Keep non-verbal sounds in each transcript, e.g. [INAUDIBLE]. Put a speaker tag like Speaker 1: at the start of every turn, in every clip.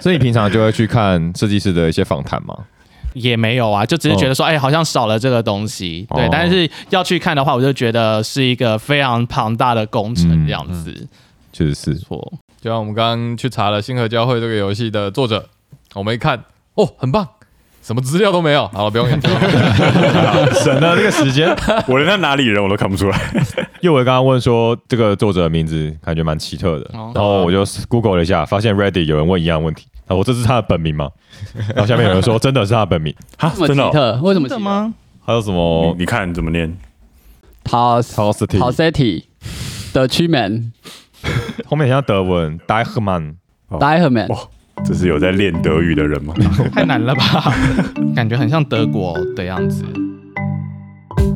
Speaker 1: 所以你平常就会去看设计师的一些访谈吗？
Speaker 2: 也没有啊，就只是觉得说，哎、好像少了这个东西。对，
Speaker 1: 哦
Speaker 2: 但是要去看的话，我就觉得是一个非常庞大的工程
Speaker 1: 嗯
Speaker 2: 这样子。
Speaker 1: 确实是，
Speaker 2: 错，
Speaker 3: 就像我们刚刚去查了《星河交汇》这个游戏的作者，我们一看，哦，很棒，什么资料都没有。好了，不用研究。
Speaker 1: 省了这个时间。
Speaker 4: [LAUGHS] 我连他哪里人我都看不出来。
Speaker 1: 因为我刚刚问说这个作者的名字，感觉蛮奇特的，
Speaker 2: 哦
Speaker 1: 然后我就 Google 了一下，发现 Reddit 有人问一样的问题，啊，我这是他的本名吗？然后下面有人说真的是他的本名，
Speaker 4: 哈，
Speaker 5: 为什
Speaker 4: 真的
Speaker 5: 么奇
Speaker 4: 哦、
Speaker 5: 特？为什么
Speaker 2: 真
Speaker 5: 啊奇
Speaker 2: 的
Speaker 5: 特？
Speaker 2: 吗？
Speaker 1: 还有什么
Speaker 4: 你你看怎么念？
Speaker 5: 陶
Speaker 1: t o s t
Speaker 5: 陶
Speaker 1: y
Speaker 5: City 的区门
Speaker 1: 后面很像德文 d i h m a n
Speaker 5: d i a m o n
Speaker 4: 哦哇这是有在练德语的人
Speaker 5: [LAUGHS]
Speaker 4: 吗？
Speaker 2: 太难
Speaker 1: [LAUGHS]
Speaker 2: 了吧？感觉很像德国的样子。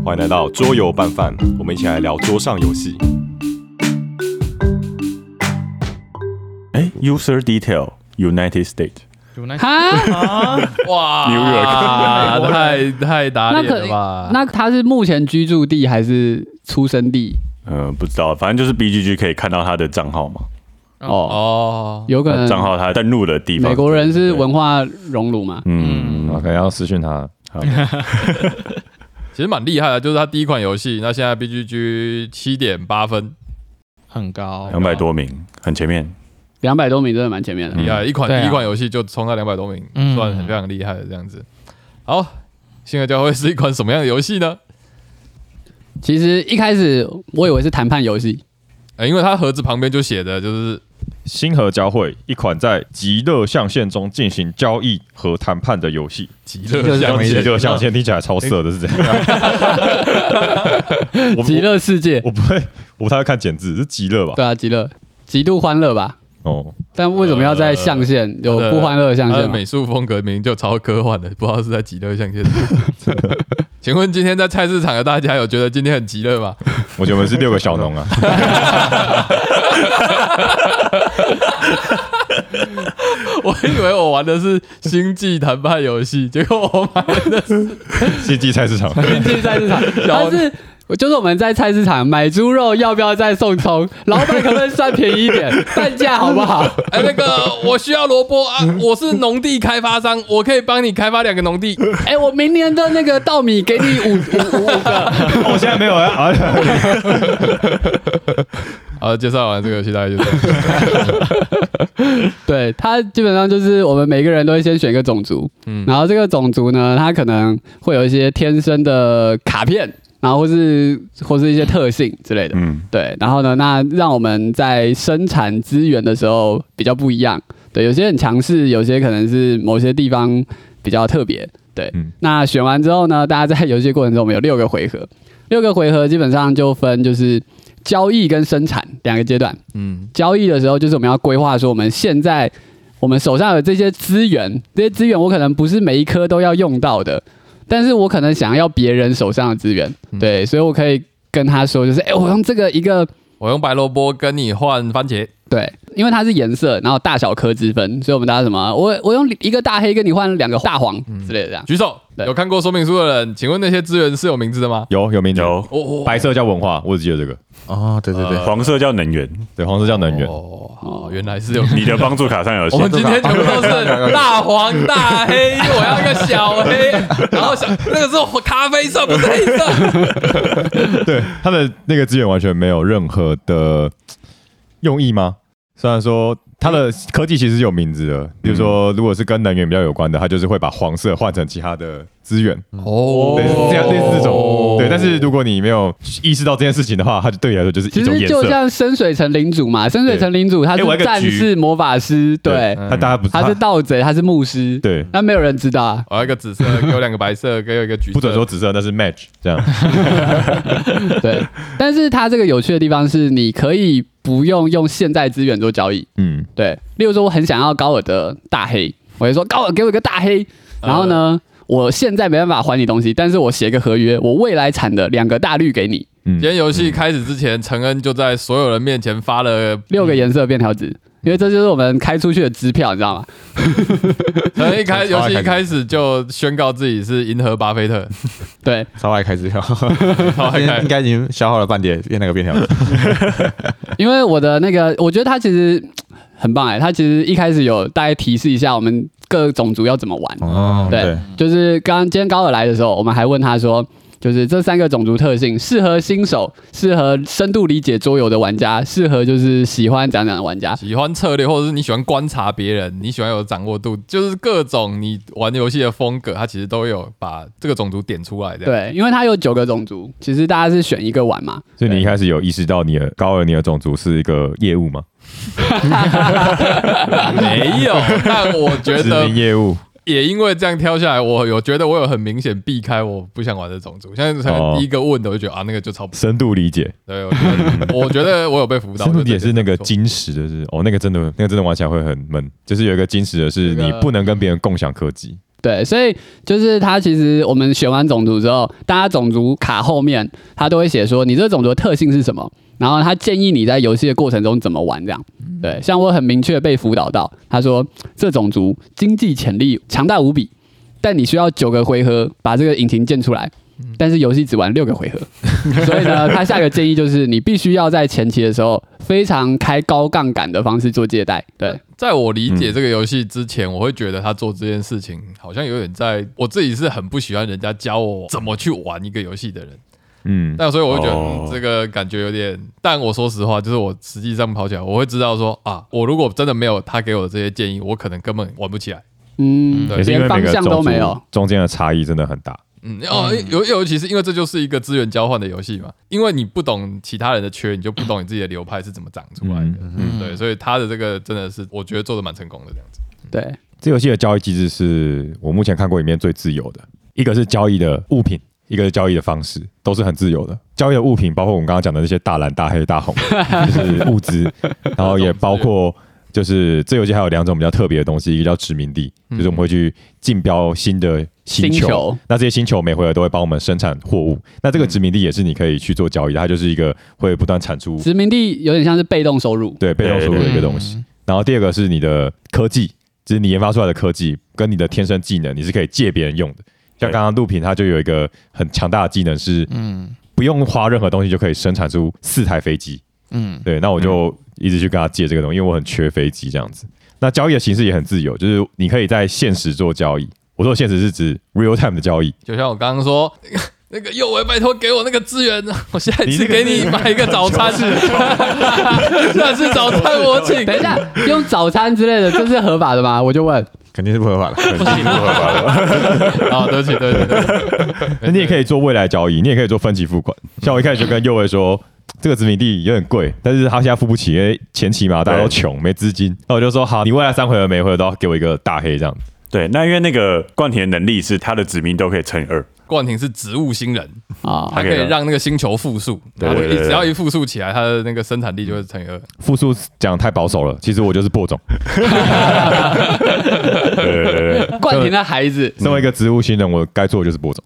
Speaker 6: 欢迎来到桌游拌饭，我们一起来聊桌上游戏。
Speaker 4: 哎、u s e r Detail United States，
Speaker 2: [LAUGHS]
Speaker 5: 哈，
Speaker 3: 哇
Speaker 4: New York
Speaker 3: 太太打
Speaker 5: 那
Speaker 3: 脸
Speaker 5: 可
Speaker 3: 了吧？
Speaker 5: 那他是目前居住地还是出生地？
Speaker 4: 呃，不知道，反正就是 BGG 可以看到他的账号嘛，呃
Speaker 5: 哦，
Speaker 3: 哦，
Speaker 5: 有可能
Speaker 4: 账号他登录的地方。
Speaker 5: 美国人是文化熔炉嘛？
Speaker 4: 嗯，
Speaker 1: 啊，可能要私讯他。
Speaker 4: 好，
Speaker 3: 其实蛮厉害的，就是他第一款游戏，那现在 BGG 七点八分，
Speaker 2: 很高，
Speaker 4: 两百多名，很前面。
Speaker 5: 两百多名真的蛮前
Speaker 4: 嗯
Speaker 5: 面的。
Speaker 3: 厉害！一款
Speaker 2: 对啊
Speaker 3: 第一款游戏就冲到两百多名，
Speaker 2: 嗯
Speaker 3: 算很非常厉害的这样子。好，《星河交汇》是一款什么样的游戏呢？
Speaker 5: 其实一开始我以为是谈判游戏，
Speaker 3: 呃，因为它盒子旁边就写的就是
Speaker 1: 星河交汇，一款在极乐象限中进行交易和谈判的游戏。
Speaker 3: 极乐象
Speaker 1: 极
Speaker 3: 限，
Speaker 1: 乐象限听起来超色的，是这
Speaker 5: [LAUGHS]
Speaker 1: 样。我
Speaker 5: 极乐世界
Speaker 1: 我，我不会，我不太会看简字，是极乐吧？
Speaker 5: 对啊，极乐，极度欢乐吧？
Speaker 1: 哦，
Speaker 5: 但为什么要在象限有
Speaker 3: 呃
Speaker 5: 不欢乐的象
Speaker 3: 它的
Speaker 5: 限吗？
Speaker 3: 美术风格名就超科幻的，不知道是在极乐象限。 [LAUGHS] 请问今天在菜市场的大家有觉得今天很极乐吗？ [LAUGHS]
Speaker 1: 我觉得我们是六个小农啊。
Speaker 3: 我以为我玩的是星际谈判游戏，结果我买的是
Speaker 1: 星际菜市场， [LAUGHS] 哦
Speaker 5: 进菜市场，但是就是我们在菜市场买猪肉，要不要再送葱？老板可不可以算便宜一点，半价好不好？
Speaker 3: 哎、那个我需要萝卜 [LAUGHS] 啊，我是农地开发商，我可以帮你开发两个农地。
Speaker 5: 哎、我明年的那个稻米给你五五五个，
Speaker 1: 我现在没有啊。
Speaker 3: [LAUGHS] 好，介绍完这个游戏大概就这样。 [LAUGHS]
Speaker 5: 对他基本上就是我们每个人都会先选一个种族，
Speaker 3: 嗯
Speaker 5: 然后这个种族呢，它可能会有一些天生的卡片，然后或是或是一些特性之类的。
Speaker 4: 嗯，
Speaker 5: 对，然后呢，那让我们在生产资源的时候比较不一样。对，有些很强势，有些可能是某些地方比较特别。对，
Speaker 1: 嗯
Speaker 5: 那选完之后呢，大家在游戏过程中，我们有六个回合，六个回合基本上就分就是交易跟生产两个阶段。
Speaker 3: 嗯，
Speaker 5: 交易的时候，就是我们要规划说我们现在我们手上有这些资源，这些资源我可能不是每一颗都要用到的，但是我可能想要别人手上的资源，对，所以我可以跟他说，就是哎、诶我用这个一个
Speaker 3: 我用白萝卜跟你换番茄。
Speaker 5: 对，因为它是颜色，然后大小颗之分，所以我们大家什么，我我用一个大黑跟你换两个大黄
Speaker 1: 嗯
Speaker 5: 之类的这样。
Speaker 3: 举手，
Speaker 5: 对
Speaker 3: 有看过说明书的人，请问那些资源是有名字的吗？
Speaker 1: 有有名字，
Speaker 4: 有
Speaker 3: 哦哦，
Speaker 1: 白色叫文化，我只记得这个。
Speaker 7: 哦，对对对，
Speaker 4: 黄色叫能源，
Speaker 1: 对，黄色叫能源。
Speaker 3: [LAUGHS] 哦，好，原来是有。
Speaker 4: 你的帮助卡上有
Speaker 3: 我
Speaker 5: [LAUGHS]
Speaker 4: 写
Speaker 3: 们。今天全部都是大黄、大黑，我要一个小黑，然后小那个是咖啡色，不是黑色。
Speaker 1: 对，它的那个资源完全没有任何的用意吗？虽然说它的科技其实是有名字的，比如
Speaker 5: 嗯
Speaker 1: 说如果是跟能源比较有关的，它就是会把黄色换成其他的资源，
Speaker 3: 哦
Speaker 1: 对，这样类似这种。
Speaker 7: 哦
Speaker 1: 对，但是如果你没有意识到这件事情的话，它就对你来说就是
Speaker 5: 其
Speaker 1: 一种
Speaker 5: 实
Speaker 1: 颜
Speaker 5: 就
Speaker 1: 色。哎
Speaker 5: 像深水城领主嘛，深水城领主他
Speaker 1: 诶我还有
Speaker 5: 是
Speaker 1: 个
Speaker 5: 战
Speaker 1: 局
Speaker 5: 士、魔法师，对，
Speaker 1: 它大家不
Speaker 5: 他是
Speaker 1: 它
Speaker 5: 盗贼，他是牧师，，
Speaker 1: 对，
Speaker 5: 那没有人知道啊。
Speaker 3: 我要一个紫色，给我两个白色，给我一个橘色。
Speaker 1: 不准说紫色，那是 match 这
Speaker 7: [LAUGHS]
Speaker 1: 样。 [LAUGHS]
Speaker 5: 对，但是它这个有趣的地方是，你可以不用用现在资源做交易。
Speaker 1: 嗯，
Speaker 5: 对，例如说我很想要高尔的大黑，我就说高尔给我一个大黑，然后呢，我现在没办法还你东西，但是我写一个合约，我未来产的两个大绿给你，
Speaker 1: 嗯
Speaker 3: 今天游戏开始之前，陈恩就在所有人面前发了
Speaker 5: 六个颜色便条纸。因为这就是我们开出去的支票，你知道吗？
Speaker 3: 陈恩一开游戏一开始就宣告自己是银河巴
Speaker 1: [LAUGHS]
Speaker 3: 菲特，
Speaker 5: 对，
Speaker 7: 超爱开支票，
Speaker 3: 超爱开
Speaker 7: 今天应该已经消耗了半点变那个变条了。
Speaker 5: 因为我的那个，我觉得它其实很棒哎、他其实一开始有大概提示一下我们各种族要怎么玩，
Speaker 1: [LAUGHS] 哦，
Speaker 5: 对，就是刚刚今天高尔来的时候，我们还问他说，就是这三个种族特性适合新手、适合深度理解桌游的玩家、适合就是喜欢讲讲的玩家。
Speaker 3: 喜欢策略，或者是你喜欢观察别人，你喜欢有掌握度，就是各种你玩游戏的风格，它其实都有把这个种族点出来的。，
Speaker 5: 对，因为它有九个种族，其实大家是选一个玩嘛。
Speaker 1: 所以你一开始有意识到你的高尔尼的种族是一个业务吗？[LAUGHS]
Speaker 3: 没有，但我觉
Speaker 1: 指
Speaker 3: 得
Speaker 1: 名业务，
Speaker 3: 也因为这样挑下来，我有觉得我有很明显避开我不想玩的种族。现在可
Speaker 1: 哦
Speaker 3: 能第一个问的，我就觉得啊，那个就超不
Speaker 1: 深度理解，
Speaker 3: 对，我觉
Speaker 1: [LAUGHS]
Speaker 3: 得我觉得我有被辅导，
Speaker 1: 深度
Speaker 3: 我觉
Speaker 1: 理
Speaker 3: 得
Speaker 1: 解是那个
Speaker 3: 这点
Speaker 1: 金石的是哦，那个真的那个真的玩起来会很闷，就是有一个金石的是
Speaker 5: 那个
Speaker 1: 你不能跟别人共享科技，
Speaker 5: 对，所以就是它其实我们选完种族之后，大家种族卡后面，它都会写说你这个种族的特性是什么，然后他建议你在游戏的过程中怎么玩这样。
Speaker 1: 嗯
Speaker 5: 对，像我很明确被辅导到，他说这种族经济潜力强大无比，但你需要九个回合把这个引擎建出来。
Speaker 1: 嗯
Speaker 5: 但是游戏只玩六个回
Speaker 1: [LAUGHS]
Speaker 5: 合，所以呢，他下一个建议就是你必须要在前期的时候非常开高杠杆的方式做借贷。对，
Speaker 3: 不错。在我理解这个游戏之前，我会觉得他做这件事情好像有点在我自己是很不喜欢人家教我怎么去玩一个游戏的人，
Speaker 1: 嗯，
Speaker 3: 但所以我会觉得、
Speaker 4: 哦
Speaker 3: 嗯这个感觉有点。但我说实话，就是我实际上跑起来，我会知道说啊，我如果真的没有他给我的这些建议，我可能根本玩不起来。
Speaker 5: 嗯，
Speaker 3: 对
Speaker 1: 也是因
Speaker 5: 连
Speaker 1: 为每
Speaker 5: 方
Speaker 1: 个
Speaker 5: 向
Speaker 1: 种族
Speaker 5: 都没有。
Speaker 1: 中间的差异真的很大，
Speaker 3: 嗯，哦，尤尤其是因为这就是一个资源交换的游戏嘛，因为你不懂其他人的缺，你就不懂你自己的流派是怎么长出来的。嗯，对，所以他的这个真的是我觉得做的蛮成功的这样子。
Speaker 5: 对，
Speaker 1: 这游戏的交易机制是我目前看过里面最自由的，一个是交易的物品，一个是交易的方式，都是很自由的。交易的物品包括我们刚刚讲的那些大蓝、大黑、大红， [LAUGHS] 就是物资，然后也包括就是这游戏还有两种比较特别的东西，一个叫殖民地，就是我们会去竞标新的星
Speaker 5: 星
Speaker 1: 球，
Speaker 5: 球
Speaker 1: 那这些星球每回合都会帮我们生产货物。那这个殖民地也是你可以去做交易的，它就是一个会不断产出
Speaker 5: 殖民地有点像是被动收
Speaker 3: [LAUGHS]
Speaker 5: 入，
Speaker 1: 对被动收入的一个东西。
Speaker 2: 嗯
Speaker 1: 然后第二个是你的科技，就是你研发出来的科技跟你的天生技能，你是可以借别人用的。像
Speaker 4: 对
Speaker 1: 刚刚陆平他就有一个很强大的技能是，
Speaker 2: 嗯
Speaker 1: 不用花任何东西就可以生产出四台飞机。
Speaker 2: 嗯，
Speaker 1: 对，那我就一直去跟他借这个东西，因为我很缺飞机这样子。那交易的形式也很自由，就是你可以在现实做交易。我说的现实是指 real time 的交易，
Speaker 3: 就像我刚刚说，那个那个右维拜托给我那个资源，啊我下一
Speaker 1: 你
Speaker 3: 次
Speaker 1: 这个
Speaker 3: 给你买一个早餐，下次早餐我请。
Speaker 5: 等一下，用早餐之类的，这是合法的吗？我就问。
Speaker 7: 肯定是不合法的，
Speaker 4: 肯定不合法的。
Speaker 3: 啊，对不起，对不起，对不
Speaker 1: 哎那你也可以做未来交易，你也可以做分期付款。像我一开始就跟右伟说，这个殖民地有点贵，但是他现在付不起，因为前期嘛大家都穷，没资金。那我就说好，你未来三回合每回合都要给我一个大黑这样。
Speaker 4: 对，那因为那个冠田的能力是他的子民都可以乘以
Speaker 5: [LAUGHS]
Speaker 4: 二，
Speaker 3: 起冠廷是植物星人，
Speaker 5: 啊、
Speaker 3: 他可
Speaker 4: 他可
Speaker 3: 以
Speaker 4: 以
Speaker 3: 让那个星球复苏，
Speaker 4: 对
Speaker 3: 然后
Speaker 4: 对对对
Speaker 3: 只要一复苏起来，它的那个生产力就会乘以二。
Speaker 1: 复数讲太保守了，其实我就是播种。
Speaker 4: 嗯对对对对，
Speaker 5: 冠廷的孩子，
Speaker 1: 身为一个植物新人，我该做的就是播种，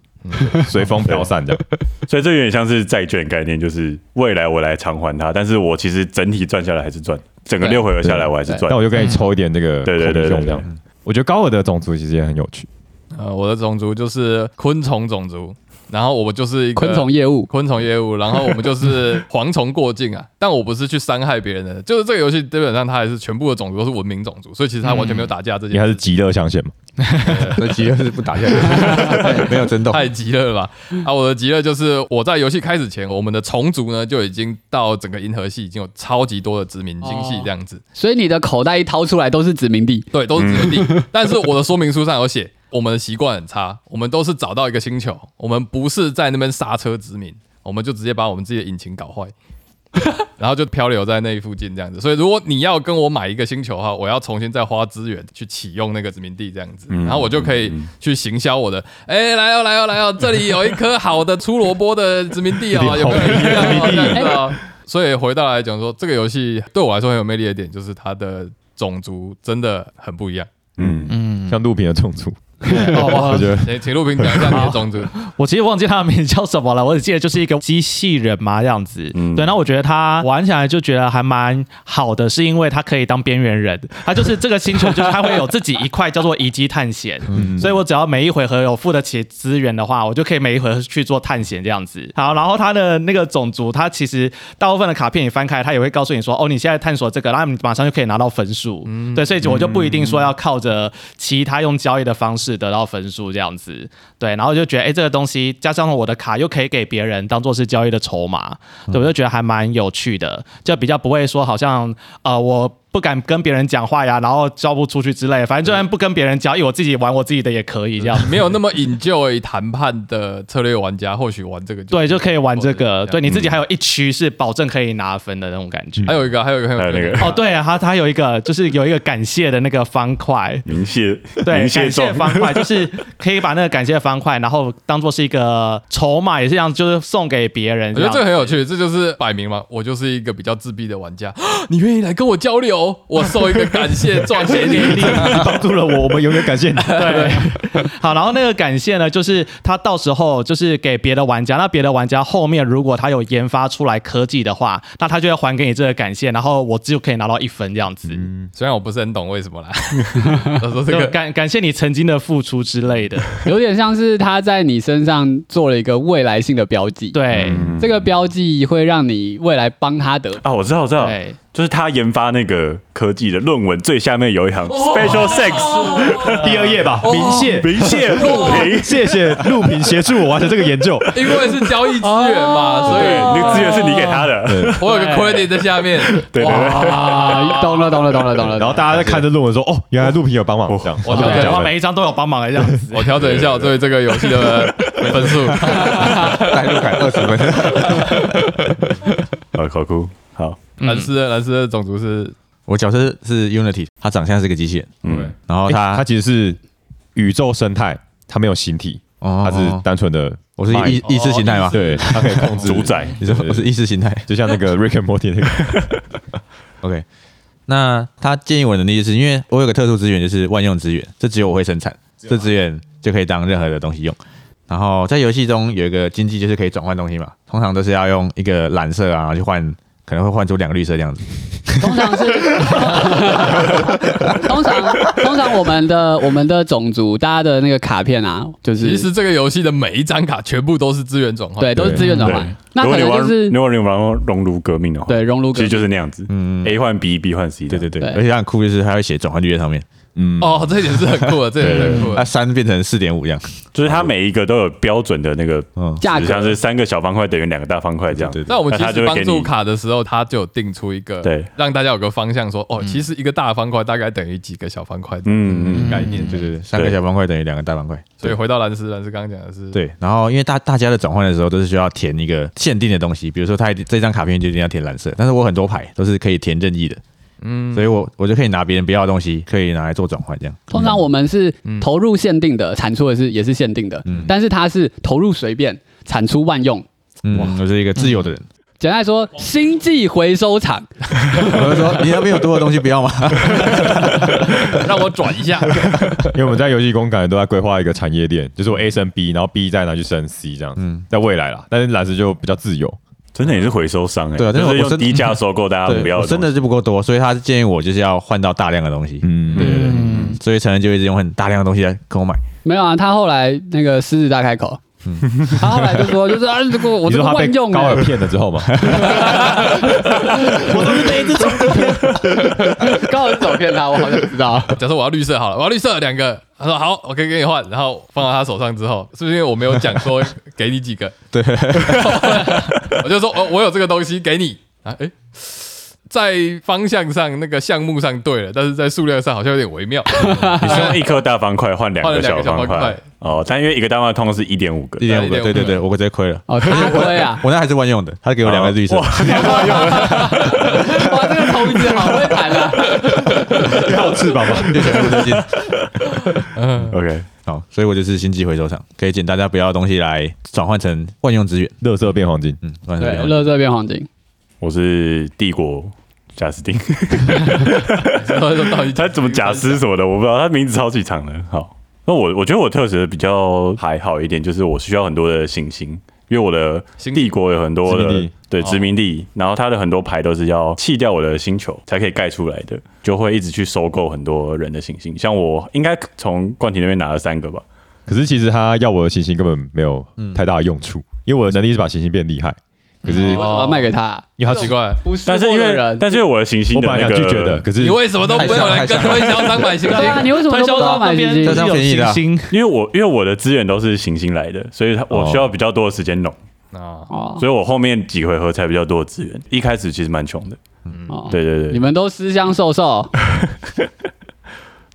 Speaker 4: 嗯
Speaker 1: [LAUGHS] 随风飘散这样。
Speaker 4: 所以这有点像是债券概念，就是未来我来偿还它，但是我其实整体赚下来还是赚，整个
Speaker 5: 对
Speaker 4: 六回合下来我还是赚
Speaker 1: 那。我就跟你抽一点这个
Speaker 4: 对对对
Speaker 1: 空
Speaker 4: 对
Speaker 1: 中
Speaker 4: 对
Speaker 1: 这样。我觉得高尔的种族其实也很有趣，
Speaker 3: 呃，我的种族就是昆虫种族，然后我就是一个
Speaker 5: 昆虫业务，
Speaker 3: 昆虫业务，然后我们就是蝗虫过境啊。但我不是去伤害别人的， [LAUGHS] 就是这个游戏基本上它还是全部的种族都是文明种族，所以其实它完全没有打架这
Speaker 1: 嗯你
Speaker 3: 件
Speaker 1: 还
Speaker 3: 事。
Speaker 1: 是极乐象限嘛？
Speaker 7: [LAUGHS] 所以其实是不打架的， [LAUGHS] 没有争
Speaker 3: [LAUGHS]
Speaker 7: 斗。
Speaker 3: 太极乐了吧！啊，我的极乐就是我在游戏开始前，我们的虫族呢就已经到整个银河系已经有超级多的殖民星
Speaker 1: 哦
Speaker 3: 系这样子，
Speaker 5: 所以你的口袋一掏出来都是殖民地。
Speaker 3: 对，都是殖民地。但是我的说明书上有写，我们的习惯很差，我们都是找到一个星球，我们不是在那边刹车殖民，我们就直接把我们自己的引擎搞坏。 [LAUGHS] 然后就漂流在那附近这样子，所以如果你要跟我买一个星球的话，我要重新再花资源去启用那个殖民地这样子，然后我就可以去行销我的，哎，来哦来哦来哦，这里有一颗好的出萝卜的殖民地哦， [LAUGHS] 有没有人要哦这样子哦？所以回到来讲说，这个游戏对我来说很有魅力的点就是它的种族真的很不一样。
Speaker 4: 嗯，
Speaker 1: 像陆平的种族，[LAUGHS]
Speaker 2: 哦
Speaker 1: 我觉得
Speaker 3: 哎，请陆平讲一下你的宗旨。
Speaker 2: [LAUGHS] 我其实忘记他的名字叫什么了，我只记得就是一个机器人嘛样子。
Speaker 4: 嗯
Speaker 2: 对，那我觉得他玩起来就觉得还蛮好的，是因为他可以当边缘人， [LAUGHS] 他就是这个星球就是他会有自己一块叫做遗迹探险，所以我只要每一回合有付得起资源的话，我就可以每一回合去做探险这样子。好，然后他的那个种族，他其实大部分的卡片你翻开，他也会告诉你说，哦，你现在探索这个，然后你马上就可以拿到分数。对，所以我就不一定说要靠着其他用交易的方式得到分数这样子。对，然后我就觉得，哎、这个东西加上我的卡又可以给别人当做是交易的筹码，对，我就觉得还蛮有趣的，就比较不会说好像呃我不敢跟别人讲话呀，然后交不出去之类，反正就算不跟别人交易，我自己玩我自己的也可以这样。
Speaker 3: 没有那么引咎于谈判的策略玩家，或许玩这个
Speaker 2: 对，就可以玩这个，对嗯
Speaker 3: 样
Speaker 2: 你自己还有一区是保证可以拿分的那种感觉。
Speaker 3: 还有一个，还有一个，还
Speaker 4: 还有那个
Speaker 2: 哦，对啊，它它有一个就是有一个感谢的那个方块，
Speaker 4: 明谢，
Speaker 2: 对，
Speaker 4: 明
Speaker 2: 感谢
Speaker 4: 谢中，
Speaker 2: 方块就是可以把那个感谢方块，然后当做是一个筹码，也是这样，就是送给别人
Speaker 3: 我
Speaker 2: 这
Speaker 3: 觉得
Speaker 2: 样。
Speaker 3: 这个很有趣，这就是摆明嘛，我就是一个比较自闭的玩家。你愿意来跟我交流，我受一个感谢状给你。 [LAUGHS]
Speaker 1: 帮助了我，我们永远感谢你。
Speaker 2: [LAUGHS] 对，好，然后那个感谢呢，就是他到时候就是给别的玩家，那别的玩家后面如果他有研发出来科技的话，那他就会还给你这个感谢，然后我就可以拿到一分这样子。
Speaker 1: 嗯
Speaker 3: 虽然我不是很懂为什 [LAUGHS] 么啦，他说这
Speaker 2: 就
Speaker 3: [LAUGHS] 个
Speaker 2: 感感谢你曾经的付出之
Speaker 1: [LAUGHS]
Speaker 2: 类的，
Speaker 5: 有点像是他在你身上做了一个未来性的标记。，
Speaker 2: 对、
Speaker 1: 嗯
Speaker 5: 这个标记会让你未来帮他
Speaker 4: [LAUGHS]
Speaker 5: 得
Speaker 4: [LAUGHS] 啊，我知道，我知道，
Speaker 2: 对，
Speaker 4: 就是他研发那个科技的论文最下面有一
Speaker 5: 哦
Speaker 4: 行 special sex，
Speaker 3: 哦
Speaker 1: 第二页吧，
Speaker 2: 哦
Speaker 1: 明谢
Speaker 4: 明谢录屏，
Speaker 1: 谢谢陆平协助我完成这个研
Speaker 4: [LAUGHS]
Speaker 1: 究。
Speaker 3: 因为是交易资源 [LAUGHS] 嘛，
Speaker 5: 哦
Speaker 3: 所
Speaker 4: 对，
Speaker 3: 以
Speaker 4: 那个资源是你给他的，
Speaker 3: 我有个 credit 在下面。
Speaker 4: 对对对，
Speaker 5: 啊，懂了，懂了，懂了，懂了。
Speaker 1: 然后大家在看这论文说，哦，原来陆平有帮忙，这样
Speaker 3: 我调
Speaker 2: 然后
Speaker 3: 整，
Speaker 2: 每一张都有帮忙的这样子。
Speaker 3: [LAUGHS] 我调整一下我对这个游戏的分数。
Speaker 7: 代入感二十分。
Speaker 4: 啊，好酷，好，
Speaker 3: [LAUGHS] 蓝斯的蓝斯的种族是
Speaker 7: [LAUGHS] 我角色是 Unity，他长相是个机器人，
Speaker 4: 嗯，
Speaker 7: 然后
Speaker 1: 它
Speaker 7: 他
Speaker 1: 它其实是宇宙生态，它没有形体，
Speaker 7: 哦
Speaker 1: 它是单纯的 mind，
Speaker 7: 我是意意识形态吗？，
Speaker 1: 对，它 [LAUGHS] 可以控制
Speaker 4: 主，宰，
Speaker 7: 你说
Speaker 1: 对
Speaker 7: 我是意识形 [LAUGHS] 态。
Speaker 1: 就像那 [LAUGHS] 个 Rick and Morty 那个，
Speaker 7: OK，那他建议我的能力就是因为我有个特殊资源，就是万用资源，这只有我会生产，这资源就可以当任何的东西用。然后在游戏中有一个经济，就是可以转换东西嘛，通常都是要用一个蓝色啊，然后去换，可能会换出两个绿色这样子。
Speaker 5: 通常是，通常通常我们的我们的种族，大家的那个卡片啊，就是
Speaker 3: 其实这个游戏的每一张卡全部都是资源转换。
Speaker 5: 对，都是资源转
Speaker 4: 对
Speaker 5: 换。那
Speaker 4: 如果
Speaker 5: 可
Speaker 4: 你
Speaker 5: 能
Speaker 4: 玩，
Speaker 5: 就是
Speaker 4: 如果你玩熔炉革命的话，
Speaker 5: 对，熔炉
Speaker 4: 其实
Speaker 5: 革命
Speaker 4: 就是那样子，嗯，A 换 B，B 换 C，
Speaker 7: 对对对，
Speaker 5: 对
Speaker 7: 而且它很酷，就是它会写转换率在上面，
Speaker 1: 嗯，
Speaker 3: 哦，这一点是很酷的，这一点是很酷
Speaker 7: 那
Speaker 3: 的。
Speaker 7: 三变成四点五这样。
Speaker 4: 就是它每一个都有标准的那个，
Speaker 7: 嗯，
Speaker 5: 价
Speaker 4: 就像
Speaker 5: 格
Speaker 4: 是三个小方块等于两个大方块这样，
Speaker 7: 对对
Speaker 3: 那我们其
Speaker 4: 那他
Speaker 3: 实
Speaker 4: 就会
Speaker 3: 帮
Speaker 4: 给
Speaker 3: 助
Speaker 4: 你
Speaker 3: 卡的时候，他就有定出一个，
Speaker 4: 对，
Speaker 3: 让大家有个方向说，
Speaker 5: 嗯
Speaker 3: 哦，其实一个大方块大概等于几个小方块，
Speaker 4: 嗯嗯，
Speaker 3: 概念。
Speaker 7: 对对对，三个
Speaker 4: 对
Speaker 7: 小方块等于两个大方块。
Speaker 3: 所以回到蓝斯，蓝斯刚刚讲的是，，
Speaker 7: 对，然后因为大大家的转换的时候都是需要填一个限定的东西，比如说他一定这张卡片就一定要填蓝色，但是我很多牌都是可以填任意的，嗯，所以我我就可以拿别人不要的东西，可以拿来做转换，这样
Speaker 5: 通常我们是投入限定的，产出的是也是限定的，但是它是投入随便，产出万用。
Speaker 7: 嗯，我是一个自由的人。
Speaker 5: 简单来说，星际回收厂，
Speaker 7: 我就说你那边有多的东西不要吗？
Speaker 3: 让我转一下，
Speaker 1: 因为我们在游戏工感觉都在规划一个产业链，就是我 A 升 B，然后 B 再拿去升 C 这样子，在未来啦，但是蓝色就比较自由，
Speaker 4: 真的也是回收商哎，
Speaker 7: 对啊但是
Speaker 4: 就
Speaker 7: 我
Speaker 4: 是用
Speaker 7: 真
Speaker 4: 低价收购大家不
Speaker 7: [LAUGHS] 对，
Speaker 4: 要
Speaker 7: 我真
Speaker 4: 东
Speaker 7: 的
Speaker 4: 西
Speaker 7: 就不够多，所以他建议我就是要换到大量的东西，
Speaker 1: 嗯，
Speaker 7: 对对对，所以成人就一直用很大量的东西来跟我买，
Speaker 5: 没有啊？他后来那个狮子大开口。他后来就说，就是啊，如果我
Speaker 1: 你
Speaker 5: 这
Speaker 1: 说
Speaker 5: 个
Speaker 1: 他被
Speaker 5: 万用
Speaker 1: 高
Speaker 5: 的
Speaker 1: 尔骗了之后嘛，
Speaker 5: 高尔走骗他，我好像知道。
Speaker 3: 假设我要绿色好了，我要绿色两个，他说好，我可以给你换，然后放到他手上之后，是不是因为我没有讲说给你几个？对， [LAUGHS] 我就说哦，我有这个东西给你啊，诶，在方向上那个项目上对了，但是在数量上好像有点微妙。
Speaker 4: 你是用一颗大方块换两
Speaker 3: 换了
Speaker 4: 个
Speaker 3: 两个
Speaker 4: 小
Speaker 3: 小
Speaker 4: 方
Speaker 3: 方
Speaker 4: 块
Speaker 3: 块
Speaker 4: 哦，但因为一个大方块通常是一点五个，
Speaker 7: [LAUGHS] 一点五个，
Speaker 3: 1.5
Speaker 7: 对对对，我直接亏了。
Speaker 5: 哦，他亏
Speaker 7: [LAUGHS]
Speaker 5: 啊！
Speaker 7: 我那还是万用的，他给我两个绿色，
Speaker 4: 哇
Speaker 5: 哇，这个投资好会谈啊！
Speaker 1: 要翅膀嘛，
Speaker 7: [LAUGHS] 就全部都进。
Speaker 4: ，OK，
Speaker 7: 好，所以我就是星际回收厂，可以捡大家不要的东西来转换成万用资源。
Speaker 1: 乐色变黄金，
Speaker 7: 嗯，万用资
Speaker 5: 对，
Speaker 7: 源
Speaker 5: 乐色变黄金，
Speaker 4: 我是帝国贾斯 [LAUGHS] 汀，
Speaker 3: 然后就到底
Speaker 4: 他怎么贾斯什么的，我不知道，他名字超级长的。好，那我我觉得我特质比较还好一点，就是我需要很多的信心，因为我的
Speaker 3: 星
Speaker 4: 帝国有很多
Speaker 1: 殖民
Speaker 4: 的
Speaker 1: 地
Speaker 4: 对
Speaker 3: 哦
Speaker 4: 殖民地，然后它的很多牌都是要弃掉我的星球才可以盖出来的，就会一直去收购很多人的信心。像我应该从冠廷那边拿了三个吧，
Speaker 1: 可是其实他要我的行星根本没有太大的用处，因为我的能力是把行星变厉害。可是
Speaker 5: 为什么要卖给他？啊
Speaker 1: 因
Speaker 4: 哦
Speaker 1: 为他
Speaker 3: 奇怪，啊
Speaker 5: 不是
Speaker 4: 但是因
Speaker 5: 货的
Speaker 4: 为
Speaker 5: 人，
Speaker 4: 但是因为我的行星
Speaker 1: 我
Speaker 4: 的
Speaker 1: 本来
Speaker 4: 那
Speaker 1: 想
Speaker 4: 个
Speaker 1: 拒绝的，，可是
Speaker 3: 你为什么都没有来跟推销商买星
Speaker 5: [LAUGHS] 对啊，
Speaker 3: 星？
Speaker 5: 你为什么
Speaker 2: 推
Speaker 5: 都不
Speaker 2: 销
Speaker 5: 知道
Speaker 2: 到那
Speaker 5: 买
Speaker 2: 边
Speaker 5: 基金
Speaker 7: 这？张
Speaker 2: 有
Speaker 7: 便宜的啊
Speaker 2: 信心，
Speaker 4: 因为我因为我的资源都是行星来的，所以它
Speaker 1: 哦
Speaker 4: 我需要比较多的时间弄，
Speaker 3: 啊，
Speaker 5: 哦
Speaker 4: 所以我后面几回合才比较多的资源。一开始其实蛮穷的，
Speaker 5: 哦，
Speaker 4: 对对
Speaker 5: 你
Speaker 4: 对，
Speaker 5: 们都私相授受，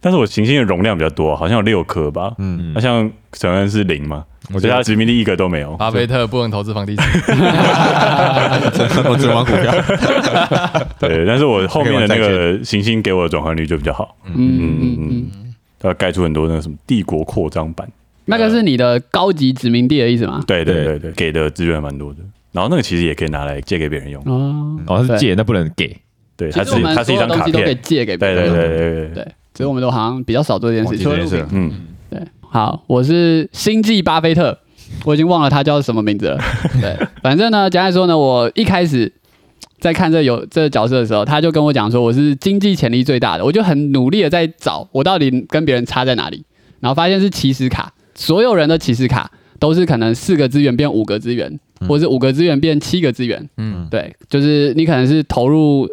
Speaker 4: 但是我行星的容量比较多，好像有六颗吧，
Speaker 7: 嗯
Speaker 4: 嗯，那像承恩是零嘛，
Speaker 1: 我
Speaker 4: 所
Speaker 1: 觉
Speaker 4: 以
Speaker 1: 得
Speaker 4: 他殖民地一个都没有。
Speaker 3: 巴菲特不能投资房地产，
Speaker 7: 我只玩股票，
Speaker 4: 对，但是我后面的那
Speaker 7: 还可以
Speaker 4: 个行星给我的转换率就比较好，
Speaker 5: 嗯嗯
Speaker 4: 嗯
Speaker 5: 嗯
Speaker 4: 嗯，他盖出很多那个什么帝国扩张版，
Speaker 5: 那个是你的高级殖民地的意思吗？
Speaker 4: 对对
Speaker 1: 对
Speaker 4: 对对，给的资源蛮多的。然后那个其实也可以拿来借给别人用，
Speaker 5: 哦，
Speaker 1: 哦，他是借，那不能给。
Speaker 4: 对，
Speaker 5: 其
Speaker 4: 它
Speaker 5: 实我
Speaker 4: 是
Speaker 5: 们
Speaker 4: 它是
Speaker 5: 所
Speaker 4: 一
Speaker 5: 有
Speaker 4: 张
Speaker 5: 东
Speaker 4: 卡
Speaker 5: 西都可以
Speaker 4: 片，
Speaker 5: 借给
Speaker 4: 对
Speaker 5: 别人
Speaker 4: 对
Speaker 5: 用，
Speaker 4: 对对对，
Speaker 5: 对，所以我们都好像比较少做这件
Speaker 7: 忘
Speaker 5: 事
Speaker 7: 记
Speaker 5: 情。
Speaker 7: 这件事
Speaker 5: 除了
Speaker 7: 了
Speaker 5: 录屏
Speaker 4: 嗯，
Speaker 5: 好，我是星际巴菲特，我已经忘了他叫什么名字了。对，反正呢，简单来说呢，我一开始在看这有这个角色的时候，他就跟我讲说我是经济潜力最大的，我就很努力的在找我到底跟别人差在哪里，然后发现是起始卡，所有人的起始卡都是可能四个资源变五个资源，或者是五个资源变七个资源。
Speaker 3: 嗯
Speaker 5: 嗯，对，就是你可能是投入。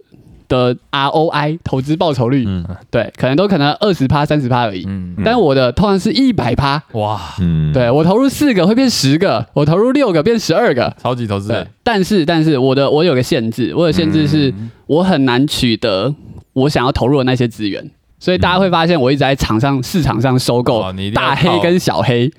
Speaker 5: 的 ROI 投资报酬率，
Speaker 7: 嗯
Speaker 5: 对，可能都可能二十趴、三十趴而已，
Speaker 3: 嗯，
Speaker 5: 但我的通常是一百趴，
Speaker 3: 哇，
Speaker 1: 嗯，
Speaker 5: 对我投入四个会变十个，我投入六个变十二个。
Speaker 3: 超级投资
Speaker 5: 对
Speaker 3: 人，，
Speaker 5: 但是但是我的我有个限制，我的限制是
Speaker 3: 嗯
Speaker 5: 我很难取得我想要投入的那些资源，所以大家会发现我一直在场上市场上收购
Speaker 3: 哦你一定要
Speaker 5: 大黑
Speaker 3: 靠
Speaker 5: 跟小黑。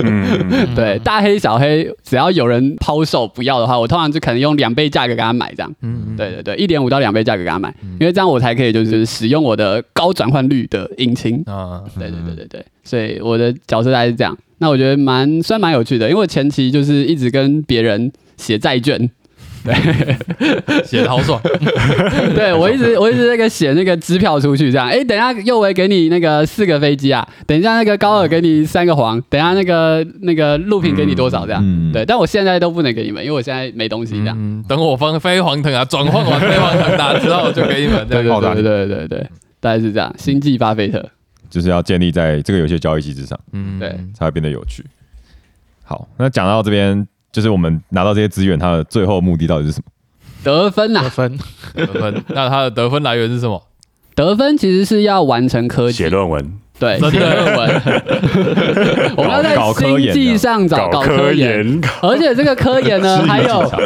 Speaker 4: 嗯，
Speaker 5: 对，大黑小黑只要有人抛售不要的话，我通常就可能用两倍价格给他买这样。
Speaker 3: 嗯，
Speaker 5: 对对对，一点五到两倍价格给他买，因为这样我才可以就是使用我的高转换率的引擎。
Speaker 1: 嗯
Speaker 3: 啊，
Speaker 5: 对对对对对，所以我的角色大概是这样。那我觉得蛮算蛮有趣的，因为我前期就是一直跟别人写债券， [LAUGHS]
Speaker 3: 写的好爽，
Speaker 5: 对我一直我一直那个写那个支票出去，这样，哎，等一下右维给你那个四个飞机啊，等一下那个高尔给你三个黄，等一下那个那个陆平给你多少这样，
Speaker 1: 嗯嗯
Speaker 5: 对，但我现在都不能给你们，因为我现在没东西这样，
Speaker 3: 嗯，等我放飞黄腾啊，转换完飞黄腾达之后就给你们，
Speaker 5: 对
Speaker 3: 对对
Speaker 5: 对对对对对对，大概是这样，星际巴菲特，
Speaker 1: 就是要建立在这个游戏的交易机制上，
Speaker 3: 嗯
Speaker 5: 对
Speaker 1: 才会变得有趣。好，那讲到这边，就是我们拿到这些资源，它的最后目的到底是什么？
Speaker 5: 得 [LAUGHS] 分啊呐、
Speaker 2: 得
Speaker 1: [LAUGHS]
Speaker 2: 分，
Speaker 3: 得分，那他的得分来源是什么？
Speaker 5: 得分其实是要完成科技
Speaker 4: 写，论文，
Speaker 5: 对，
Speaker 3: 真的
Speaker 5: 写论文，
Speaker 3: [LAUGHS]
Speaker 5: 我们要在
Speaker 1: 搞科
Speaker 5: 星
Speaker 1: 研
Speaker 5: 际
Speaker 1: 的
Speaker 5: 上找搞科
Speaker 4: 科
Speaker 5: 研，
Speaker 4: 研，
Speaker 5: 而且这个科研呢，
Speaker 3: [LAUGHS]
Speaker 5: 还有
Speaker 1: 技巧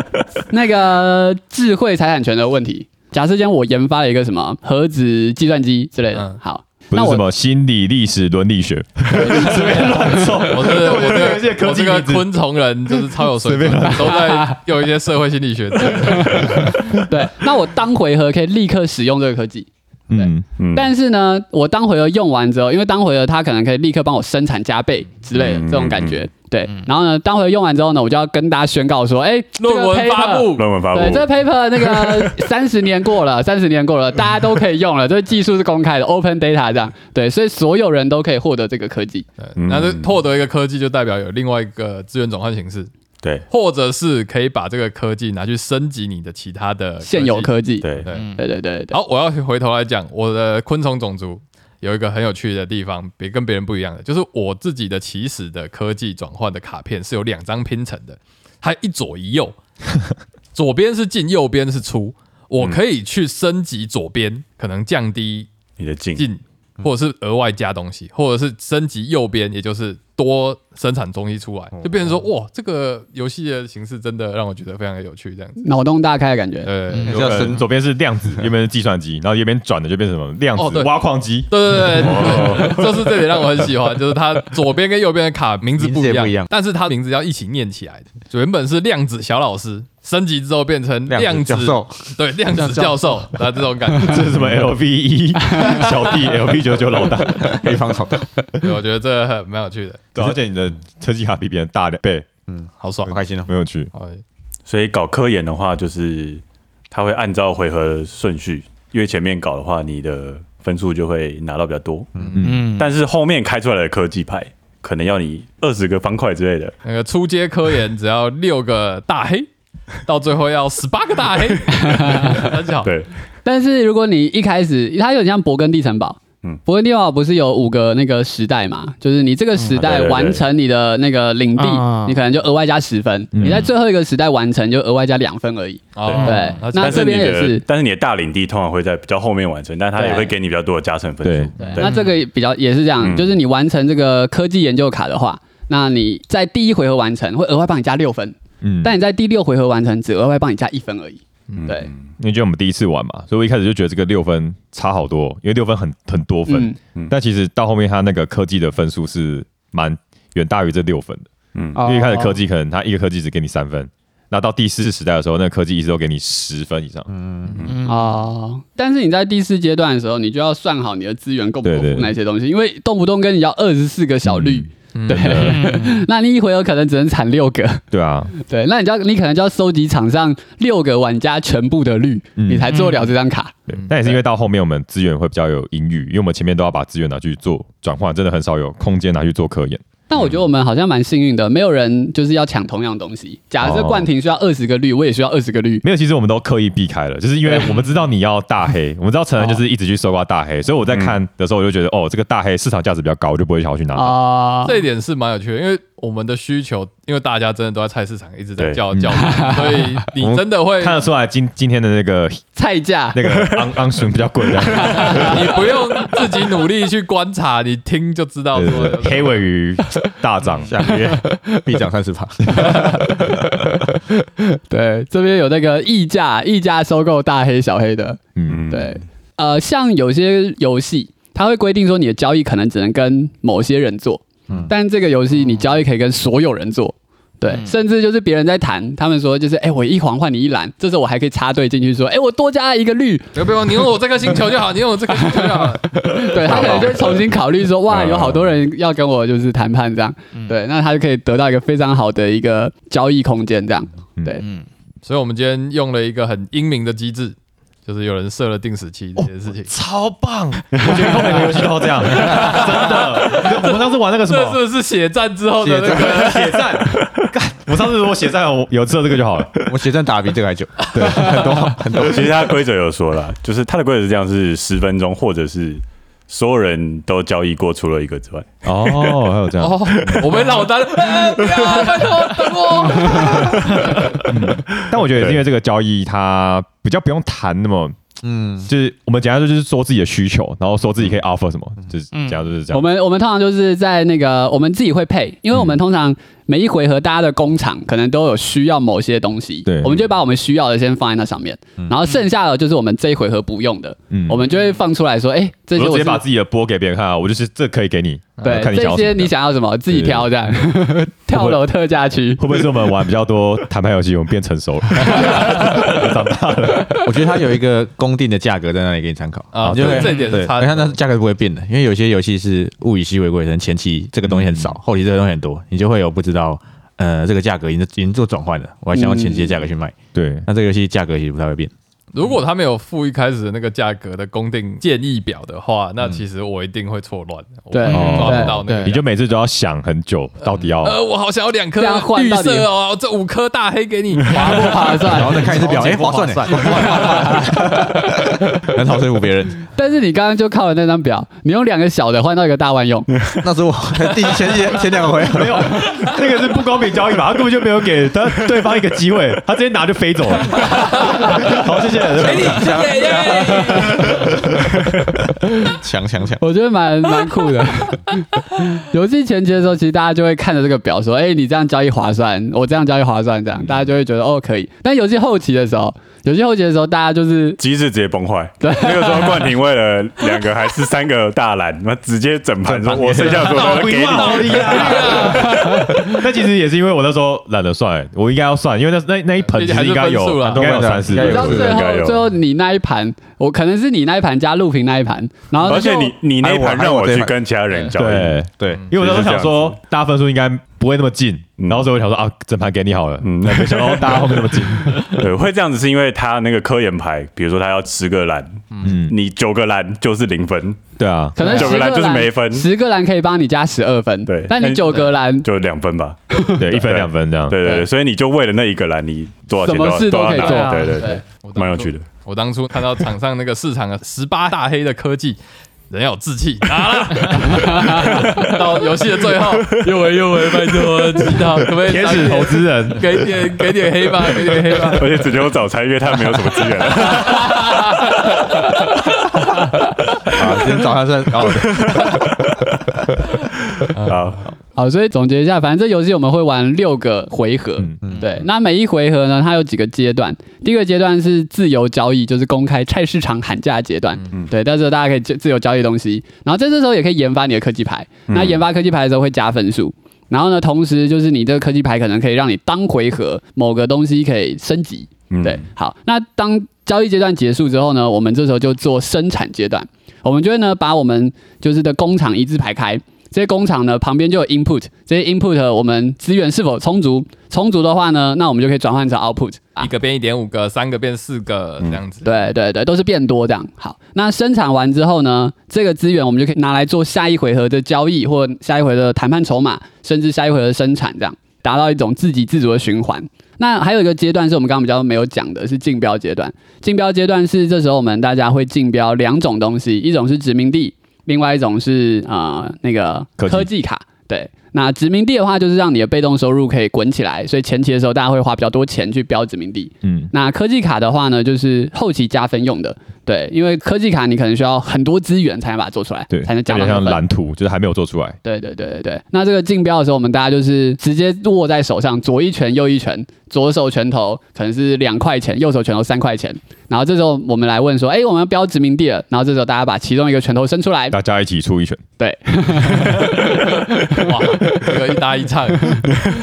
Speaker 5: 那个智慧财产权的问题。假设间我研发了一个什么核子计算机之类的，
Speaker 3: 嗯
Speaker 5: 好，
Speaker 1: 不
Speaker 5: 那
Speaker 1: 是
Speaker 5: 我
Speaker 1: 什么心理、历史、伦理学，
Speaker 3: 随便乱凑，我这
Speaker 1: [LAUGHS]
Speaker 3: 个我这
Speaker 1: 有一些
Speaker 3: 个
Speaker 1: 科
Speaker 3: 我
Speaker 1: 技
Speaker 3: 这个
Speaker 1: 名字
Speaker 3: 昆虫人就是超有水
Speaker 1: 随
Speaker 3: 准
Speaker 1: 便，
Speaker 3: 都在用一些社会心理
Speaker 5: [LAUGHS]
Speaker 3: 学知识。
Speaker 5: 对，
Speaker 1: [LAUGHS]
Speaker 5: 那我当回合可以立刻使用这个科技，
Speaker 1: 嗯，
Speaker 4: 嗯，
Speaker 5: 但是呢，我当回合用完之后，因为当回合它可能可以立刻帮我生产加倍之类的
Speaker 4: 嗯
Speaker 5: 这种感觉，对。然后呢，当回合用完之后呢，我就要跟大家宣告说，哎，这个
Speaker 3: 论文发
Speaker 5: paper
Speaker 3: 布，
Speaker 4: 论文发布
Speaker 5: 对，，这 paper 那个三十年过了，三十年过了，大家都可以用了，这技术是公开的，open data 这样，对，所以所有人都可以获得这个科技。
Speaker 3: 对那就获得一个科技，就代表有另外一个资源转换形式，
Speaker 4: 对
Speaker 3: 或者是可以把这个科技拿去升级你的其他的
Speaker 5: 现有
Speaker 3: 呃技。
Speaker 5: 科技。
Speaker 4: 对，
Speaker 3: 对，
Speaker 5: 对对对对
Speaker 3: 好，我要回头来讲我的昆虫种族有一个很有趣的地方，别跟别人不一样的，就是我自己的起始的科技转换的卡片是有两张拼成的，它一左一右，左边是进，右边是出，我可以去升级左边，可能降低
Speaker 4: 你的进，
Speaker 3: 进，或者是额外加东西，或者是升级右边，也就是多生产东西出来，就变成说，哇，这个游戏的形式真的让我觉得非常的有趣，这样子。
Speaker 5: 脑洞大开的感觉。
Speaker 3: 呃，
Speaker 7: 还
Speaker 3: 对
Speaker 7: 嗯是要
Speaker 1: 可能
Speaker 7: 升
Speaker 1: 左边是量子，右边是计算机，然后右边转的就变成什么量
Speaker 3: 哦
Speaker 1: 子
Speaker 3: 对
Speaker 1: 挖矿机，
Speaker 3: 对对对，就是这点让我很喜欢，就是它左边跟右边的卡名字不一
Speaker 7: 名字也
Speaker 3: 样，
Speaker 7: 不一样
Speaker 3: 但是它名字要一起念起来的。原本是量子小老师，升级之后变成量
Speaker 7: 量
Speaker 3: 子
Speaker 7: 子教授，
Speaker 3: 对量子教授，那这种感觉，
Speaker 1: 这是什么 LV 一小弟 LV 九九老大，
Speaker 7: 配方好大，
Speaker 3: 对我觉得这很蛮有趣的，
Speaker 1: 对而且你的车技卡比别人大两倍，
Speaker 3: 好爽
Speaker 7: 好。
Speaker 1: [LAUGHS]
Speaker 7: 开心哦。
Speaker 1: 没有趣。
Speaker 3: 好
Speaker 4: 所以搞科研的话，就是他会按照回合顺序，因为前面搞的话，你的分数就会拿到比较多。
Speaker 2: 嗯，
Speaker 4: 但是后面开出来的科技牌，可能要你二十个方块之类的，
Speaker 3: 那个初阶科研只要六个大黑，到最后要十八个大黑，很巧。
Speaker 4: 对，
Speaker 5: 但是如果你一开始，它有点像勃艮第城堡。嗯
Speaker 4: 嗯，
Speaker 5: 勃艮第城堡不是有五个那个时代嘛？就是你这个时
Speaker 4: 啊
Speaker 5: 代
Speaker 4: 对对对
Speaker 5: 完成你的那个领地，
Speaker 2: 啊
Speaker 5: 你可能就额外加十分；你在最后一个时代完成，就额外加两分而已。
Speaker 3: 哦
Speaker 5: 对
Speaker 3: 那
Speaker 5: 那
Speaker 4: 但是你
Speaker 5: 这边也是
Speaker 4: 的但是你的大领地通常会在比较后面完成，但它也会给你比较多的加成分数。
Speaker 5: 对，
Speaker 4: 对
Speaker 5: 那这个比较也是这样，
Speaker 4: 嗯
Speaker 5: 就是你完成这个科技研究卡的话，那你在第一回合完成会额外帮你加六分，
Speaker 1: 嗯，
Speaker 5: 但你在第六回合完成只额外帮你加一分而已。
Speaker 4: 嗯
Speaker 5: 对，
Speaker 1: 因为就我们第一次玩嘛，所以我一开始就觉得这个六分差好多，因为六分很很多分
Speaker 5: 嗯，
Speaker 1: 但其实到后面它那个科技的分数是蛮远大于这六分的，
Speaker 4: 嗯，
Speaker 1: 因为一开始科
Speaker 5: 哦
Speaker 1: 技可能它一个科技只给你三分，那到第四时代的时候，那个科技一直都给你十分以上，
Speaker 5: 哦，但是你在第四阶段的时候，你就要算好你的资源够不够
Speaker 1: 对
Speaker 5: 付
Speaker 1: 对对
Speaker 5: 那些东西，因为动不动跟你要二十四个小绿，
Speaker 3: 嗯
Speaker 5: 对，
Speaker 1: 嗯
Speaker 5: 那你一回合可能只能产六个，
Speaker 1: 对
Speaker 7: [LAUGHS]
Speaker 1: 啊，
Speaker 5: 对，那你就要你可能就要收集场上六个玩家全部的绿，
Speaker 1: 嗯
Speaker 5: 你才做了这张卡。
Speaker 1: 对，
Speaker 7: 嗯
Speaker 1: 但也是因为到后面我们资源会比较有盈余，因为我们前面都要把资源拿去做转换，真的很少有空间拿去做科研。
Speaker 5: 但我觉得我们好像蛮幸运的，没有人就是要抢同样东西。假设
Speaker 1: 哦
Speaker 5: 冠廷需要二十个绿，我也需要二十个绿。
Speaker 1: 没有，其实我们都刻意避开了，就是因为我们知道你要大黑，我们知道成人
Speaker 7: 哦
Speaker 1: 就是一直去搜刮大黑，所以我在
Speaker 7: 嗯
Speaker 1: 看的时候我就觉得，哦，这个大黑市场价值比较高，我就不会想要去拿它。啊
Speaker 5: 哦，
Speaker 3: 这一点是蛮有趣的，因为我们的需求，因为大家真的都在菜市场一直在
Speaker 4: 对
Speaker 3: 叫叫，所以你真的会，
Speaker 1: 看得出来今今天的那个
Speaker 5: 菜价
Speaker 7: [LAUGHS]
Speaker 1: 那个昂昂熊比较贵，这样
Speaker 3: 你 [LAUGHS] 不用 [LAUGHS] 自己努力去观察，你听就知道
Speaker 1: 对
Speaker 3: 说
Speaker 1: 对对，黑尾鱼大涨，
Speaker 7: 下个月必涨三十趴。
Speaker 5: 对，这边有那个溢价，溢价收购大黑小黑的，
Speaker 1: 嗯，
Speaker 5: 对，呃，像有些游戏，它会规定说你的交易可能只能跟某些人做，
Speaker 1: 嗯
Speaker 5: 但这个游戏你交易可以跟所有人做。对，甚至就是别人在谈，他们说就是，哎、我一黄换你一蓝，这时候我还可以插队进去说，哎、我多加了一个绿，
Speaker 3: 不要不要，你用我这颗星球就好，你用我这颗星球就好。
Speaker 5: 对他可能就会重新考虑说，哇，有好多人要跟我就是谈判这样，对，那他就可以得到一个非常好的一个交易空间这样，对，
Speaker 3: 所以我们今天用了一个很英明的机制，就是有人设了定时器这件事情。
Speaker 1: 超棒！我觉得后面的游戏都这 [LAUGHS] 样，真的。我们上次玩那个什
Speaker 3: 这
Speaker 1: 么
Speaker 3: 是不是血战之后的
Speaker 2: [LAUGHS]
Speaker 3: 那个？
Speaker 1: 血战，干！我上次如果血战，我 [LAUGHS] 有知道这个就好了。
Speaker 7: 我血战打比这个还久，对，很多很多。
Speaker 4: [LAUGHS] 其实它规则有说了，就是它的规则是这样：是十分钟，或者是所有人都交易过，除了一个之外。
Speaker 1: 哦，还有这样，
Speaker 3: 哦，我们老丹，哎不要，拜托等我。
Speaker 1: 但我觉得也是因为这个交易，它比较不用谈那么，
Speaker 7: 嗯，
Speaker 1: 就是我们简单说就是说自己的需求，然后说自己可以 offer 什么，就是简单就是这
Speaker 5: 嗯我
Speaker 1: 样。
Speaker 5: 们我们通常就是在那个我们自己会配，因为我们通常每一回合大家的工厂可能都有需要某些东西，
Speaker 1: 对
Speaker 5: 我们就会把我们需要的先放在那上面，然后剩下的就是我们这一回合不用的，
Speaker 1: 嗯
Speaker 5: 我们就会放出来说，哎、这
Speaker 1: 我
Speaker 5: 些
Speaker 1: 就
Speaker 5: 我
Speaker 1: 直
Speaker 5: 是
Speaker 1: 接把自己的播给别人看啊，我就是这可以给你，
Speaker 5: 对
Speaker 1: 看你想
Speaker 5: 这
Speaker 1: 要什
Speaker 5: 些
Speaker 1: 么
Speaker 5: 你想要什么自己挑这样， [LAUGHS] 跳楼特价区
Speaker 1: [LAUGHS] 会不会是我们玩比较多谈判游戏，我们变成熟了， [LAUGHS] 长大了？
Speaker 7: 我觉得它有一个公定的价格在那里给你参考
Speaker 3: [LAUGHS] 啊
Speaker 7: 你就会
Speaker 3: 对这一点是
Speaker 7: 对
Speaker 3: 差的
Speaker 7: 而且它那价格是不会变的，因为有些游戏是物以稀为贵，可能前期这个东西很少，后期这个东西很多，你就会有不知道，呃，这个价格已经已经做转换了，我还想用前期的价格去卖，
Speaker 1: 对，啊
Speaker 7: 那这个游戏价格其实不太会变。
Speaker 3: 如果他没有付一开始的那个价格的公定建议表的话，那其实我一定会错乱，我
Speaker 5: 对
Speaker 3: 抓不到那
Speaker 5: 对
Speaker 3: 个。
Speaker 1: 你就每次都要想很久，到底要
Speaker 3: 呃，我好想要两颗
Speaker 5: 这样换
Speaker 3: 绿
Speaker 5: 到底
Speaker 3: 色哦，这五颗大黑给你。
Speaker 5: 划不 [LAUGHS] 划
Speaker 7: 然后
Speaker 5: 算？
Speaker 7: 再看一次表，哎，划算呢，很好说服别人。
Speaker 5: 但是你刚刚就靠了那张表，你用两个小的换到一个大万用，
Speaker 4: 嗯
Speaker 7: 那时候我 [LAUGHS] 第一前前前两回合
Speaker 1: 没有， [LAUGHS] 那个是不公平交易嘛，他根本就没有给他对方一个机会，他直接拿就飞走了。好，谢谢。
Speaker 7: 强强强，
Speaker 5: 我觉得蛮蛮酷
Speaker 4: [LAUGHS]
Speaker 5: 的。游戏前期的时候，其实大家就会看着这个表说：“哎、你这样交易划算，我这样交易划算。”这
Speaker 4: 嗯
Speaker 5: 样大家就会觉得哦可以。但游戏后期的时候，游戏后期的时候，大家就是
Speaker 4: 机制直接崩坏。那个时候冠廷为了两个还是三个大篮，那直接整盘说，我剩下的所有都给你。
Speaker 1: 力啊！ [LAUGHS] 那其实也是因为我那时候懒得算，我应该要算，因为那那那一盆其实应该有应该有三四，
Speaker 4: 哎
Speaker 5: 你知道最
Speaker 4: 应该
Speaker 5: 后
Speaker 4: 有
Speaker 5: 最后你那一盘，我可能是你那一盘加录屏那一盘，然后
Speaker 4: 而且你你那
Speaker 7: 还有
Speaker 4: 一
Speaker 7: 我
Speaker 4: 盘
Speaker 7: 还有
Speaker 4: 让
Speaker 7: 我
Speaker 4: 我
Speaker 7: 这一
Speaker 4: 去
Speaker 7: 盘
Speaker 4: 跟其他人交易，
Speaker 5: 嗯
Speaker 1: 对，
Speaker 7: 对，
Speaker 1: 因为我那时候想说大家分数应该不会那么近，
Speaker 4: 嗯
Speaker 1: 然后所以我想说啊，整盘给你好了，嗯，
Speaker 4: 嗯
Speaker 1: 没想到大家后面那么近，
Speaker 4: 对，会这样子是因为他那个科研牌，比如说他要十个篮，
Speaker 1: 嗯，
Speaker 4: 你九个篮就是零分，
Speaker 1: [LAUGHS] 对啊，
Speaker 5: 可能
Speaker 4: 九
Speaker 5: 十
Speaker 4: 个篮就是没分
Speaker 5: 十个篮可以帮你加十二分，
Speaker 4: 对
Speaker 5: 但你九个篮
Speaker 4: 就两分吧。
Speaker 1: 对，一分
Speaker 4: 对
Speaker 1: 两分这样，
Speaker 4: 对对
Speaker 5: 对
Speaker 4: 对，所以你就为了那一个篮，你多少
Speaker 5: 什
Speaker 4: 钱都
Speaker 5: 么
Speaker 4: 要
Speaker 5: 事都可以
Speaker 4: 要拿
Speaker 5: 做
Speaker 2: 啊
Speaker 4: 对对对
Speaker 5: 对，
Speaker 3: 我当初
Speaker 4: 蛮有趣的。
Speaker 3: 我当初看到场上那个市场的十八大黑的科技，人要有志气，拿了。到游戏的最后，又为又为，拜托，知道可不可以
Speaker 1: 天
Speaker 3: 拿
Speaker 1: 使
Speaker 3: 一点
Speaker 1: 投资人，
Speaker 3: 给点给点黑吧，给点黑吧。
Speaker 4: [LAUGHS] 而且只留早餐，因为他没有什么资源。
Speaker 7: 啊，今天早上算哦，
Speaker 4: 好，
Speaker 5: 好，所以总结一下，反正这游戏我们会玩六个回合，对。那每一回合呢，它有几个阶段。第一个阶段是自由交易，就是公开菜市场喊价阶段，对。到时候大家可以自自由交易东西，然后在这时候也可以研发你的科技牌。那研发科技牌的时候会加分数。然后呢，同时就是你这个科技牌可能可以让你当回合某个东西可以升级，
Speaker 4: 嗯
Speaker 5: 对，好，那当交易阶段结束之后呢，我们这时候就做生产阶段，我们就会呢把我们就是的工厂一字排开。这些工厂呢，旁边就有 input，这些 input 我们资源是否充足？充足的话呢，那我们就可以转换成 output 啊
Speaker 3: 一。个变一点五个，三个变四个
Speaker 4: 嗯
Speaker 3: 这样子。
Speaker 5: 对对对，都是变多这样。好，那生产完之后呢，这个资源我们就可以拿来做下一回合的交易，或下一回合的谈判筹码，甚至下一回合的生产，这样达到一种自给自足的循环。那还有一个阶段是我们刚刚比较没有讲的，是竞标阶段。竞标阶段是这时候我们大家会竞标两种东西，一种是殖民地，另外一种是呃那个
Speaker 1: 科技
Speaker 5: 科技卡。对，那殖民地的话就是让你的被动收入可以滚起来，所以前期的时候大家会花比较多钱去标殖民地。
Speaker 1: 嗯，
Speaker 5: 那科技卡的话呢，就是后期加分用的，对，因为科技卡你可能需要很多资源才能把它做出来，
Speaker 1: 对，
Speaker 5: 才能加
Speaker 1: 有
Speaker 5: 到
Speaker 1: 点像
Speaker 5: 它的分。
Speaker 1: 蓝图，就是还没有做出来，
Speaker 5: 对对对对对。那这个竞标的时候，我们大家就是直接握在手上，左一拳，右一拳，左手拳头可能是两块钱，右手拳头三块钱。然后这时候我们来问说，哎、我们要标殖民地了。然后这时候大家把其中一个拳头伸出
Speaker 1: [LAUGHS]
Speaker 5: 来，
Speaker 1: 大家一起出一拳，
Speaker 5: 对
Speaker 3: 哇，这个一搭一唱，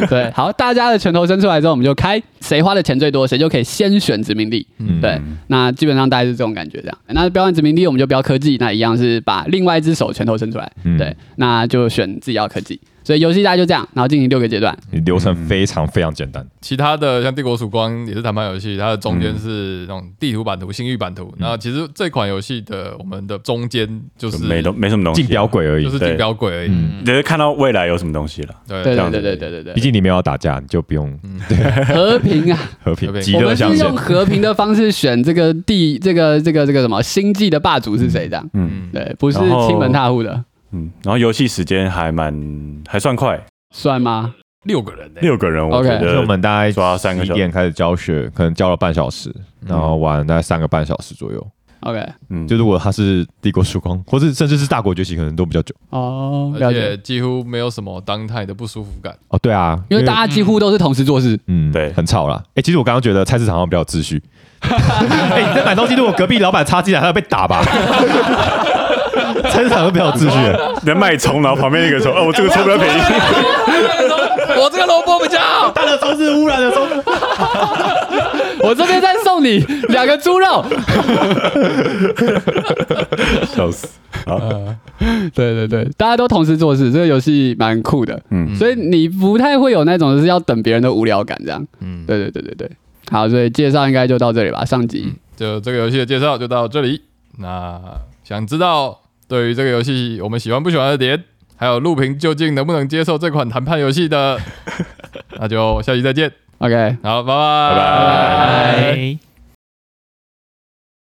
Speaker 5: 对，好，大家的拳头伸出来之后，我们就开，谁花的钱最多，谁就可以先选殖民地。
Speaker 1: 嗯，
Speaker 5: 对，那基本上大概是这种感觉这样。那标完殖民地，我们就标科技，那一样是把另外一只手拳头伸出来，
Speaker 1: 嗯
Speaker 5: 对，那就选自己要科技。所以游戏大概就这样，然后进行六个阶段。
Speaker 1: 流程非常非常简单，
Speaker 3: 其他的像《帝国曙光》也是谈判游戏，它的中
Speaker 4: 嗯
Speaker 3: 间是那种地图版图、星域版图。那其实这款游戏的我们的中间就是
Speaker 4: 就没东没什么东西，
Speaker 1: 竞标，鬼而已
Speaker 3: 就，是竞标轨而已。
Speaker 4: 只是看到未来有什么东西了。
Speaker 1: 呃
Speaker 3: 对
Speaker 5: 对
Speaker 4: 这
Speaker 5: 对
Speaker 4: 样子
Speaker 5: 对对对对
Speaker 1: 毕
Speaker 5: 对，
Speaker 1: 竟你没有要打架，你就不用
Speaker 5: 嗯和平啊，
Speaker 1: 和平
Speaker 3: 和平
Speaker 1: 极
Speaker 5: 我
Speaker 1: 乐
Speaker 5: 们
Speaker 1: 象
Speaker 5: 是
Speaker 1: 限
Speaker 5: 用，和平的方式选这个地，这个这个这个什么星际的霸主是谁这样。
Speaker 4: 嗯
Speaker 5: 对，不是
Speaker 4: 然后
Speaker 5: 亲门踏户的，
Speaker 4: 嗯，然后游戏时间还蛮还算快，
Speaker 5: 算吗？
Speaker 3: 六个人呢、
Speaker 4: 六个人我
Speaker 5: OK
Speaker 4: 觉
Speaker 1: 所以我
Speaker 4: 得
Speaker 1: 们大概
Speaker 4: 抓三个
Speaker 1: 一
Speaker 4: 小
Speaker 1: 点
Speaker 4: 时，
Speaker 1: 开始教学，可能
Speaker 5: 嗯
Speaker 1: 教了半小时，然后玩大概三个半小时左右。
Speaker 5: OK，
Speaker 4: 嗯，
Speaker 1: 就如果他是帝国曙光，或是甚至是大国崛起，可能都比较久。
Speaker 5: 哦，了
Speaker 3: 而且
Speaker 5: 解。
Speaker 3: 几乎没有什么当态的不舒服感。
Speaker 1: 哦，对啊，
Speaker 5: 因为大家几乎都是同时做事， [LAUGHS]
Speaker 1: 嗯，
Speaker 4: 对
Speaker 1: 很吵啦。哎、其实我刚刚觉得菜市场好像比较有秩序。哎、你在买东西，如果隔壁老板插进来，他要被打
Speaker 7: [LAUGHS]
Speaker 1: 吧？菜市场都比较有秩序，
Speaker 4: 人卖葱，然后旁边那个
Speaker 1: [LAUGHS]
Speaker 4: 说：“哦，我这个葱比较便宜。
Speaker 3: 我这个萝卜比较好，
Speaker 1: 他的葱是污染的葱，
Speaker 5: 我这边再送你两个猪肉。”
Speaker 4: 笑死！好，
Speaker 5: 对对对，大家都同时做事，这个游戏蛮酷的。嗯，所以你不太会有那种就是要等别人的无聊感这样。嗯，对对对对对。好，所以介绍应该就到这里吧。上集，
Speaker 3: 嗯就这个游戏的介绍就到这里。那想知道对于这个游戏我们喜欢不喜欢的点，还有录屏究竟能不能接受这款谈判游戏的，那就下期再见。
Speaker 5: OK，
Speaker 3: 好，拜拜，
Speaker 4: 拜拜
Speaker 2: 拜。